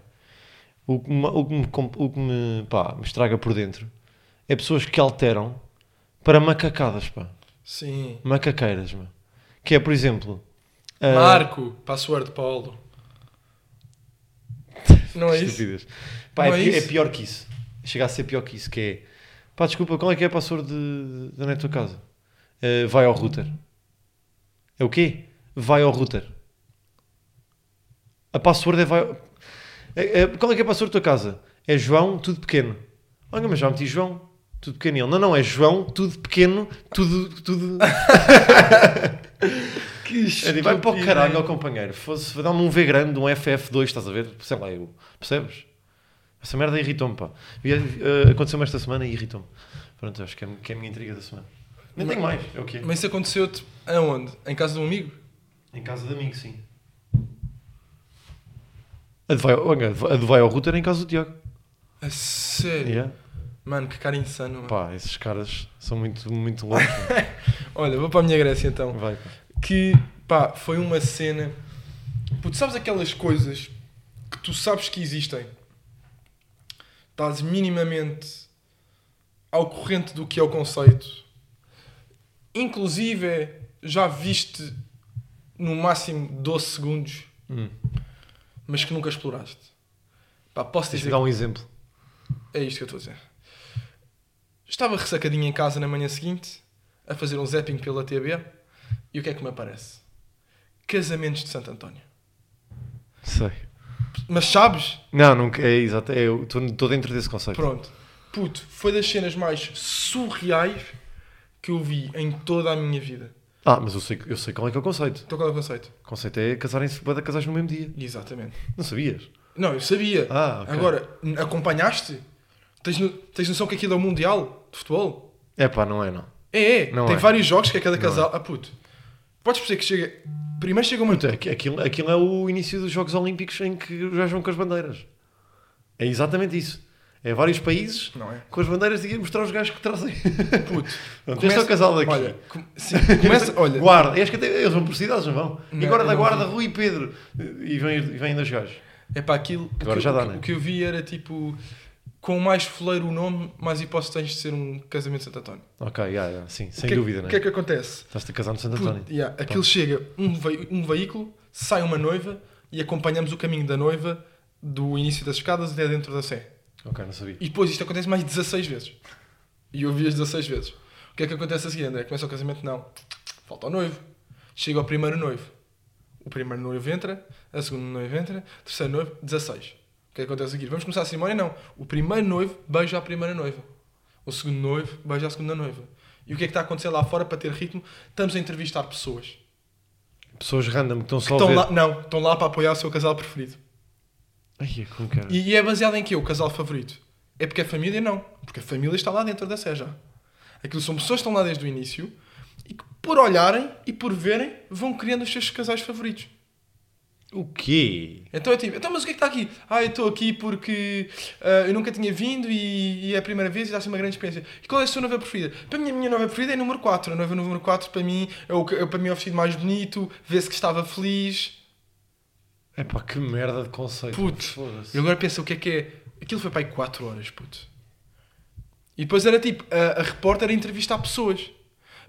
B: O que, me, o que me comp- o que me, pá, me estraga por dentro é pessoas que alteram para macacadas, pá.
A: Sim.
B: Macaqueiras, meu. Que é, por exemplo... ah,
A: Marco, password Paulo. Não é isso?
B: Estupidez. Pá,
A: Não
B: é,
A: é
B: pi-
A: isso?
B: é pior que isso. Chega a ser pior que isso, que é... Pá, desculpa, qual é que é a password de, da net da tua casa? Eh, vai ao router. É o quê? Vai ao router. A password é vai... ao- É- é- qual é que é a password da tua casa? É João, tudo pequeno. Olha, mas já meti João, tudo pequeno. E ele, não, não, é João, tudo pequeno, tudo... tudo...
A: Que
B: É tipo, vai para o caralho ao companheiro. Fosse, vai dar-me um V grande, um FF2, estás a ver? Sei lá, eu. Percebes? Essa merda irritou-me, pá. E, eh, Aconteceu-me esta semana e irritou-me. Pronto, acho que é, que é a minha intriga da semana. Nem
A: Mas-
B: tenho mais, é o quê?
A: Mas isso aconteceu-te aonde? Em casa de um amigo?
B: Em casa de amigo, sim. A de vai, olha, a de vai ao router é em casa do Tiago.
A: A sério?
B: Yeah.
A: Mano, que cara insano. Mano.
B: Pá, esses caras são muito, muito loucos.
A: Olha, vou para a minha Grécia então.
B: vai, pá.
A: que pá, foi uma cena. Pô, tu sabes aquelas coisas que tu sabes que existem, estás minimamente ao corrente do que é o conceito, inclusive já viste no máximo 12 segundos,
B: Hum.
A: mas que nunca exploraste. Pá, posso
B: Deixa-me
A: dizer
B: dar um exemplo.
A: é isto que eu estou a dizer. Estava ressacadinho em casa na manhã seguinte, a fazer um zapping pela TB, e o que é que me aparece? Casamentos de Santo António.
B: Sei.
A: Mas sabes?
B: Não, nunca, é exato. é, eu Estou dentro desse conceito.
A: Pronto. Puto, foi das cenas mais surreais que eu vi em toda a minha vida.
B: Ah, mas eu sei, eu sei qual é que é o conceito.
A: Então qual é o conceito?
B: O conceito é casarem-se, bué de casais no mesmo dia.
A: Exatamente.
B: Não sabias?
A: Não, eu sabia.
B: Ah, ok.
A: Agora, n- acompanhaste? Tens, no- tens noção que aquilo é o Mundial de Futebol?
B: É pá, não é não.
A: É, é.
B: Não
A: Tem
B: é.
A: vários jogos que é cada
B: Não
A: casal. Ah, puto. Podes perceber que chega. Primeiro chega uma.
B: Puta, aqui- aquilo, aquilo é o início dos Jogos Olímpicos em que já vão com as bandeiras. É exatamente isso. É vários países
A: Não é?
B: com as bandeiras e mostrar os gajos que trazem. <laughs>
A: Puto.
B: Portanto, este é o casal daqui.
A: Olha, com- sim,
B: <laughs>
A: começa, olha,
B: Guarda, acho que até eles vão por cidades, não vão? e
A: Não,
B: agora
A: eu
B: da
A: não
B: guarda,
A: vi.
B: Rui e Pedro. E vêm, e vêm dois gajos.
A: é para aquilo. o
B: Agora
A: que-
B: já dá,
A: o, que-
B: né?
A: o que eu vi era tipo, com mais foleiro o nome, mais hipótese tens de ser um casamento de Santo António.
B: Ok, yeah, yeah, sim, sem
A: O que é-
B: dúvida,
A: O
B: né?
A: que é que acontece?
B: Estás-te a casar no Santo
A: Puto,
B: António.
A: yeah, aquilo chega, um, vei- um veículo, sai uma noiva e acompanhamos o caminho da noiva do início das escadas até dentro da Sé.
B: Ok, não sabia.
A: E depois isto acontece mais 16 vezes. E eu vi as 16 vezes. O que é que acontece a seguir, André? Começa o casamento? Não. Falta o noivo. Chega o primeiro noivo. O primeiro noivo entra, a segunda noiva entra, o terceiro noivo, 16. O que é que acontece a seguir? Vamos começar a cerimónia? Não. O primeiro noivo beija a primeira noiva. O segundo noivo beija a segunda noiva. E o que é que está a acontecer lá fora para ter ritmo? Estamos a entrevistar pessoas.
B: Pessoas random que estão só
A: Que
B: a
A: estão
B: ver.
A: lá, não, estão lá para apoiar o seu casal preferido.
B: Ai, como que era?
A: E, e é baseado em quê? O casal favorito? É porque a família não. Porque a família está lá dentro da Sé já. Aquilo são pessoas que estão lá desde o início e que, por olharem e por verem, vão criando os seus casais favoritos.
B: O quê?
A: Então é tipo, então, mas o que é que está aqui? Ah, eu estou aqui porque ah, eu nunca tinha vindo e, e é a primeira vez e está a ser uma grande experiência. E qual é a sua noiva preferida? Para mim, a minha noiva preferida é a número 4. A noiva número 4 para mim é o, que- é, para mim, é o vestido mais bonito, vê-se que estava feliz.
B: É pá, que merda de conceito.
A: Puto,
B: foda-se.
A: E agora pensa o que é que é. Aquilo foi para aí 4 horas, puto. E depois era tipo, a, a repórter a entrevistar pessoas.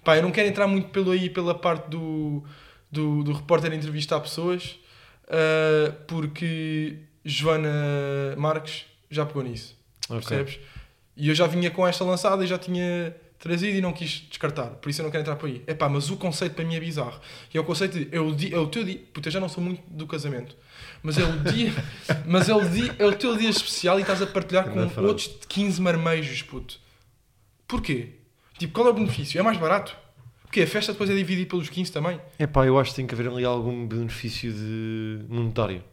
A: Pá, eu não quero entrar muito pelo aí, pela parte do, do, do repórter a entrevistar pessoas, ah, porque Joana Marques já pegou nisso,
B: Ok.
A: percebes? E eu já vinha com esta lançada e já tinha trazido e não quis descartar, por isso eu não quero entrar por aí. É pá, mas o conceito para mim é bizarro. E é o conceito de, é o, dia, é o teu dia, puta, eu já não sou muito do casamento, mas é o
B: <laughs>
A: dia, mas é o, dia, é o teu dia especial e estás a partilhar com
B: Grande frase.
A: outros de 15 marmejos, puto. Porquê? Tipo, qual é o benefício? É mais barato? Porque a festa depois é dividida pelos 15 também.
B: É pá, eu acho que tem que haver ali algum benefício de monetário.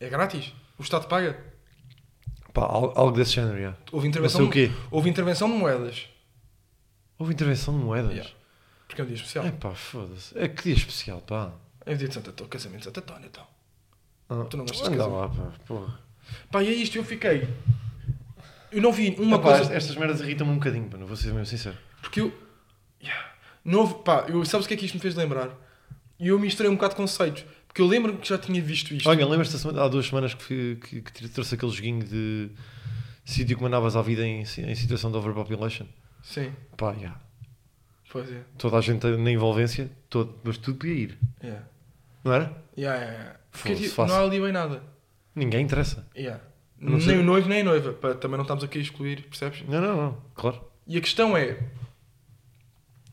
A: É grátis. O Estado paga.
B: Pá, al- algo desse género, já.
A: Houve
B: Mas
A: intervenção,
B: sei o quê?
A: houve intervenção de moedas.
B: Houve intervenção de moedas.
A: Yeah. Porque é um dia especial.
B: É pá, foda-se. É que dia especial, pá.
A: É o dia de Santo Antônio, casamento de Santo Antônio, então.
B: Ah,
A: Tu não gostas de
B: anda
A: casar?
B: lá, pá. Porra.
A: Pá, e é isto, eu fiquei. Eu não vi uma
B: Epá, é-
A: coisa.
B: est- Estas merdas irritam-me um bocadinho, pá, não vou ser mesmo sincero.
A: Porque eu. Yeah. Não houve- pá, eu, sabes o que é que isto me fez lembrar? E eu misturei um bocado de conceitos. Porque eu lembro-me que já tinha visto isto.
B: Olha, lembras-te da semana- há duas semanas que, fui- que, que te trouxe aquele joguinho de sítio que mandavas à vida em, si- em situação de overpopulation?
A: Sim,
B: Pá, já.
A: pois é.
B: Toda a gente na envolvência, todo, mas tudo podia ir,
A: Yeah.
B: não era?
A: Yeah, yeah, yeah. Porque
B: Foda-se,
A: tipo,
B: fácil.
A: não há ali bem nada.
B: Ninguém interessa.
A: Yeah.
B: Não
A: Nem
B: sei.
A: o noivo nem a noiva. Pá, também não estamos aqui a excluir, percebes?
B: Não, não, não, claro.
A: E a questão é.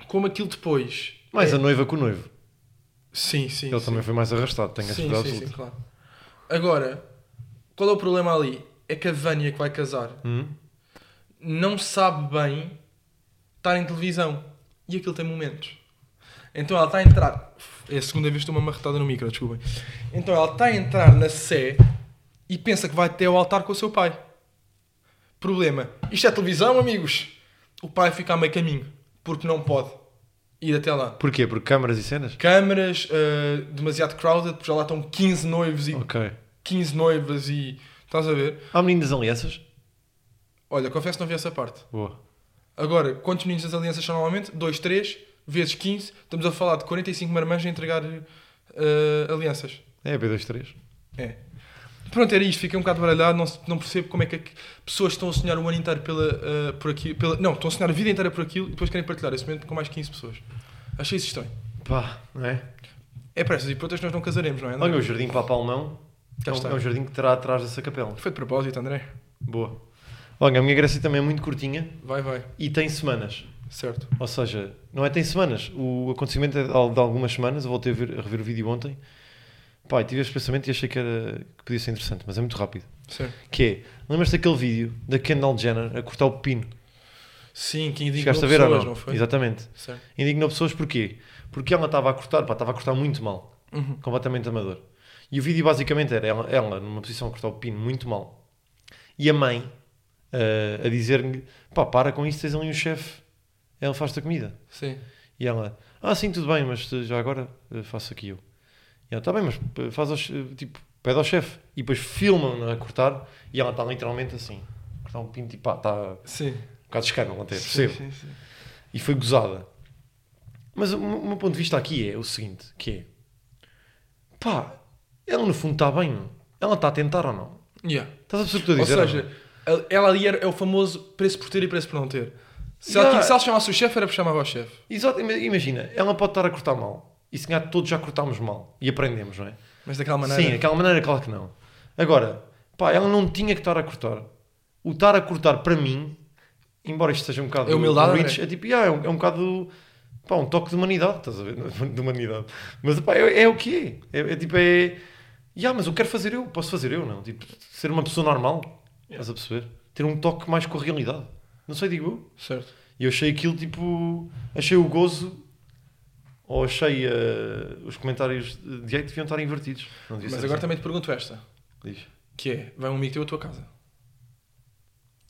A: Como aquilo depois.
B: Mais
A: é...
B: a noiva que o noivo.
A: Sim, sim.
B: Ele
A: sim.
B: também foi mais arrastado, tenho a
A: sim,
B: certeza
A: sim, sim,
B: absoluta.
A: claro. Agora, qual é o problema ali? É que a Vânia que vai casar
B: Hum?
A: não sabe bem estar em televisão. E aquilo tem momentos. Então ela está a entrar. É a segunda vez que estou uma marretada no micro, desculpem. Então ela está a entrar na Sé e pensa que vai até ao altar com o seu pai. Problema. Isto é televisão, amigos. O pai fica a meio caminho. Porque não pode ir até lá.
B: Porquê? Porque câmaras e cenas?
A: Câmaras, ah, demasiado crowded, porque já lá estão 15 noivos e
B: Ok.
A: 15 noivas e. Estás a ver?
B: Há meninas alianças?
A: Olha, confesso que não vi essa parte.
B: Boa.
A: Agora, quantos meninos das alianças são normalmente? 2, 3 vezes 15. Estamos a falar de 45 marmãs a entregar eh, alianças.
B: É B23.
A: É. Pronto, era isto. Fiquei um bocado baralhado. Não, se- não percebo como é que aqu- pessoas estão a sonhar o ano inteiro pela, eh, por aquilo. Pela, não, estão a sonhar a vida inteira por aquilo e depois querem partilhar esse momento com mais 15 pessoas. Achei isso estranho.
B: Pá, não é?
A: É para essas e para outras nós não casaremos, não é? André?
B: Olha, o Jardim Papa Alemão é
A: Cá
B: um,
A: está.
B: é um jardim que terá atrás dessa capela.
A: Foi de propósito, André.
B: Boa. Olha, a minha Grécia também é muito curtinha
A: Vai, vai.
B: e tem semanas.
A: Certo.
B: Ou seja, não é tem semanas. O acontecimento é de al- de algumas semanas. Eu voltei a, ver- a rever o vídeo ontem. Pá, e tive esse pensamento e achei que, era, que podia ser interessante, mas é muito rápido.
A: Certo.
B: Que é, lembras-te daquele vídeo da Kendall Jenner a cortar o pepino?
A: Sim, 15
B: Chegaste a ver
A: pessoas,
B: ou não?
A: não foi?
B: Exatamente.
A: Certo.
B: Indignou pessoas porquê? Porque ela estava a cortar, pá, estava a cortar muito mal.
A: Uhum.
B: completamente amador. E o vídeo basicamente era ela, ela numa posição a cortar o pino muito mal e a mãe ah, a dizer-lhe: pá, para com isso, tens ali um chefe, ela faz-te a comida.
A: Sim.
B: E ela: ah, sim, tudo bem, mas eh, já agora eh, faço aqui eu. E ela: está bem, mas eh, faz ao che- tipo, pede ao chefe. E depois filmam-na a cortar e ela está tá literalmente assim. cortar um pinto e pá, está
A: Sim.
B: um bocado escândalo até,
A: Sim,
B: percebo.
A: sim, sim.
B: E foi gozada. Mas o meu o meu ponto de vista aqui é o seguinte, que é... Pá, ela no fundo está bem, meu. Ela está a tentar ou não?
A: Yeah.
B: Estás a perceber o que eu
A: Ou
B: estou a dizer?
A: seja, ela- ela ali era, é o famoso preço por ter e preço por não ter. Se, ela,
B: Yeah.
A: quis- se ela chamasse o chefe, era porque chamava o chefe.
B: é? Exato, ima- imagina, ela pode estar a cortar mal. E se calhar todos já cortámos mal e aprendemos, não é?
A: Mas daquela maneira.
B: Sim, daquela maneira, claro que não. Agora, pá, ela não tinha que estar a cortar. O estar a cortar para mim, embora isto seja um bocado.
A: É humildade,
B: rich, é tipo, yeah, é, um, é um bocado. Pá, um toque de humanidade, estás a ver? <laughs> De humanidade. Mas pá, é, é o que é. É, é tipo, é. Yeah, mas eu quero fazer eu, posso fazer eu, não? Tipo, ser uma pessoa normal, estás a perceber? Ter um toque mais com a realidade. Não sei, digo eu.
A: Certo.
B: E eu achei aquilo tipo. Achei o gozo. Ou achei eh, os comentários de hate deviam estar invertidos. Não devia
A: Mas
B: ser
A: agora
B: assim.
A: também te pergunto esta:
B: Diz.
A: que é, vai um amigo teu à tua casa.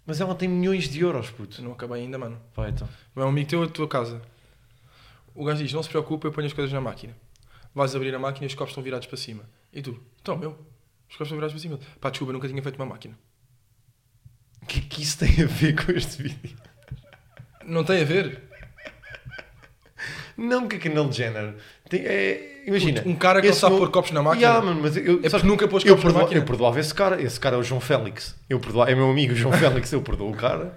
B: Mas ela tem milhões de euros, puto.
A: Não acabei ainda, mano.
B: Vai então.
A: Vai um amigo teu à tua casa. O gajo diz: Não se preocupe, eu ponho as coisas na máquina. Vais abrir a máquina e os copos estão virados para cima. E tu: Então, meu, os copos estão virados para cima. Pá, desculpa, eu nunca tinha feito uma máquina.
B: O que é que isso tem a ver com este vídeo?
A: Não tem a ver.
B: Não, que é Kendall Jenner. Tem, é, imagina.
A: Puto, um cara que não
B: esse
A: sabe
B: meu-
A: pôr copos na máquina.
B: Yeah, mano, mas eu,
A: É
B: sabes-
A: porque nunca pôs
B: eu,
A: copos na
B: perdoa,
A: máquina.
B: eu perdoava esse cara. Esse cara é o João Félix. Eu perdoava, é meu amigo o
A: <laughs>
B: João Félix. Eu perdoo o cara.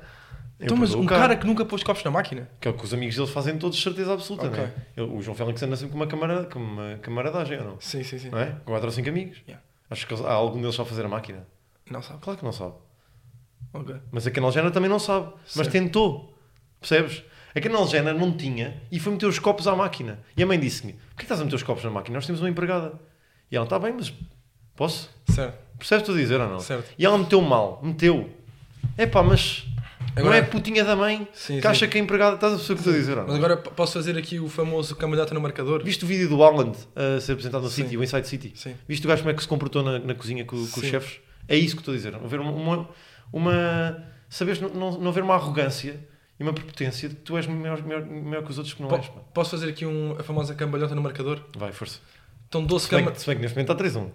B: Eu
A: então, mas
B: perdoo
A: um cara que nunca pôs copos na máquina.
B: Que é o que os amigos deles fazem todos, de certeza absoluta,
A: Ok.
B: não é? Ele- O João Félix anda sempre com uma, camara, com uma camaradagem, ou não?
A: Sim, sim, sim.
B: Não é? Com quatro ou cinco amigos.
A: Yeah.
B: Acho que eles- há algum deles sabe fazer a máquina.
A: Não sabe.
B: Claro que não sabe.
A: Ok.
B: Mas a Canal Jenner também não sabe. Mas
A: Sim.
B: tentou. Percebes? A Canal Jenner não tinha e foi meter os copos à máquina. E a mãe disse-me: Porquê que estás a meter os copos na máquina? Nós temos uma empregada. E ela: Está bem, mas posso?
A: Certo.
B: Percebes o que estou a dizer ou não?
A: Certo.
B: E ela meteu mal, meteu. É pá, mas
A: Agora-
B: não é a putinha da mãe
A: Sim,
B: que
A: sim.
B: acha que a empregada. Estás a perceber o que estou a dizer ou não?
A: Mas agora p- posso fazer aqui o famoso camalhota no marcador?
B: Viste o vídeo do Haaland a ser apresentado no
A: Sim.
B: City, o Inside City?
A: Sim.
B: Viste o gajo como é que se comportou na, na cozinha com, com os
A: Sim.
B: chefes? É isso que estou a dizer. Haver uma. uma, uma sabes, não, não, não haver uma arrogância e uma prepotência de que tu és melhor, melhor, melhor que os outros que não
A: Po-
B: és. Pá.
A: posso fazer aqui um, a famosa cambalhota no marcador?
B: Vai, força.
A: Então 12
B: Se bem,
A: cama...
B: que- se bem que neste momento está 3-1.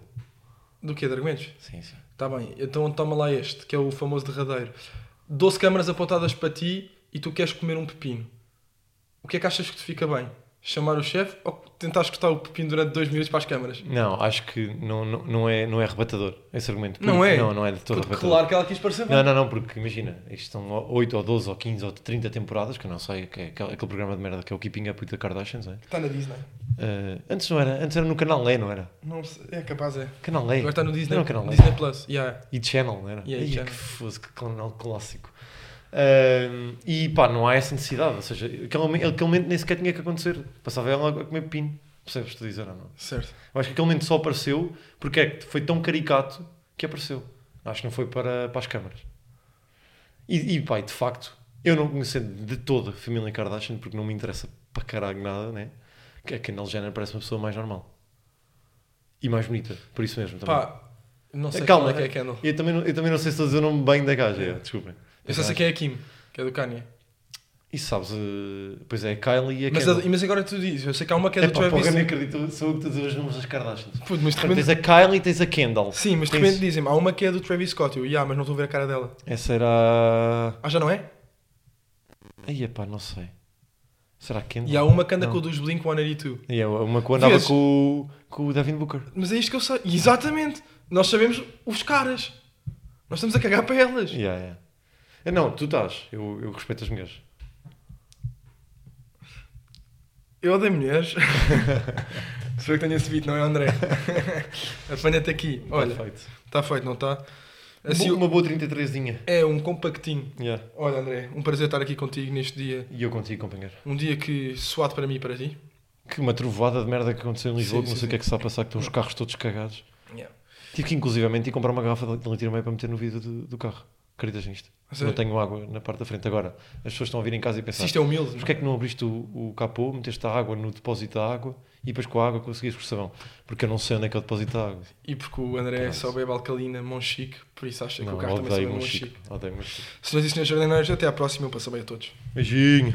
A: Do que? De argumentos?
B: Sim, sim.
A: Tá bem. Então toma lá este, que é o famoso derradeiro. 12 câmaras apontadas para ti e tu queres comer um pepino. O que é que achas que te fica bem? Chamar o chefe ou tentar escutar o pepino durante 2 minutos para as câmaras?
B: Não, acho que não, não, não, é, não é arrebatador esse argumento.
A: Não
B: Porque-
A: é?
B: Não, não é de todo
A: Porque
B: arrebatador.
A: claro que ela quis parecer bem.
B: Não, não, não, porque imagina, isto são 8 ou 12 ou 15 ou 30 temporadas, que eu não sei, que é aquele aquele programa de merda que é o Keeping Up with the Kardashians, não é?
A: Está na Disney.
B: Eh, antes não era, antes era no canal Lé, não era?
A: Não sei, é capaz, é.
B: Canal Lé.
A: Agora está no Disney,
B: Não, é. canal Lé.
A: Disney Plus. Yeah.
B: E Channel, não era?
A: E aí,
B: Ia,
A: Channel.
B: que fosse, que canal clássico. Ahm, e pá, não há essa necessidade, ou seja, aquele, momen- aquele momento nem sequer tinha que acontecer. Passava ela a comer pino, percebes? Estou a dizer ou não?
A: Certo.
B: Eu acho que aquele momento só apareceu porque é que foi tão caricato que apareceu. Acho que não foi para, para as câmaras. E, e pá, e de facto, eu não conhecendo de toda a família Kardashian porque não me interessa para caralho nada, né? Que a Kendall Jenner parece uma pessoa mais normal e mais bonita, por isso mesmo também.
A: Pá, não sei
B: Tá Calma,
A: qual é que é a Kendall.
B: Eu também, não, eu também não sei se estou a dizer o nome bem da gaja, é, desculpem.
A: Eu só sei que é a Kim, que é do Kanye.
B: E sabes, eh, pois é, a Kylie e a
A: Mas,
B: Kendall.
A: a- mas agora tu dizes, eu sei que há uma que é do
B: Epá, porra,
A: Travis.
B: nem acredito, sou eu que estou a dizer os nomes das Kardashians.
A: Puto, mas de
B: Portanto,
A: repente...
B: tens a Kylie e tens a Kendall.
A: Sim, mas de
B: Tens-
A: repente dizem-me, há uma que é do Travis Scott. Eu, yeah, mas não estou a ver a cara dela.
B: Essa era.
A: Ah, já não é?
B: Aí, pá, não sei. Será que Kendall?
A: E há uma que anda
B: Não.
A: com o dos Blink-182.
B: E há uma que andava
A: Vês?
B: com, o- com o Devin Booker.
A: Mas é isto que eu sei. Exatamente. Nós sabemos os caras. Nós estamos a cagar para elas.
B: Yeah, yeah. Eh, Não, tu estás. Eu, eu respeito as mulheres.
A: Eu odeio mulheres. <laughs> Sou eu que tenho esse vídeo, não é, André? <laughs> Apanha-te aqui. Olha,
B: Perfeito.
A: está feito, não está?
B: Bo-
A: Assim,
B: Uma boa 33zinha.
A: é um compactinho.
B: Yeah.
A: Olha, André, um prazer estar aqui contigo neste dia.
B: E eu contigo, companheiro.
A: Um dia que suado para mim e para ti.
B: Que uma trovoada de merda que aconteceu em Lisboa,
A: Sim,
B: que não
A: sim,
B: sei o que é que se está a passar, que estão os carros todos cagados.
A: Yeah.
B: Tive que, inclusivamente, ir comprar uma garrafa de litro e meio para meter no vidro do, do carro. Acreditas nisto?
A: A sério?
B: Não tenho água na parte da frente. Agora, as pessoas estão a vir em casa e
A: Se
B: pensar...
A: isto é humilde.
B: Porquê é que não abriste o, o capô, meteste a água no depósito da água e depois com a água conseguiste com o sabão? Porque eu não sei onde é que é o depósito da água.
A: E porque o André
B: Pronto.
A: só bebe alcalina, Monchique, por isso acha que
B: Não,
A: o carro também
B: odeio
A: sabe
B: meu
A: Monchique.
B: Chico. Odeio meu Chico.
A: Senhoras e senhores jardineiros, até à próxima. Um passo bem a todos.
B: Beijinho.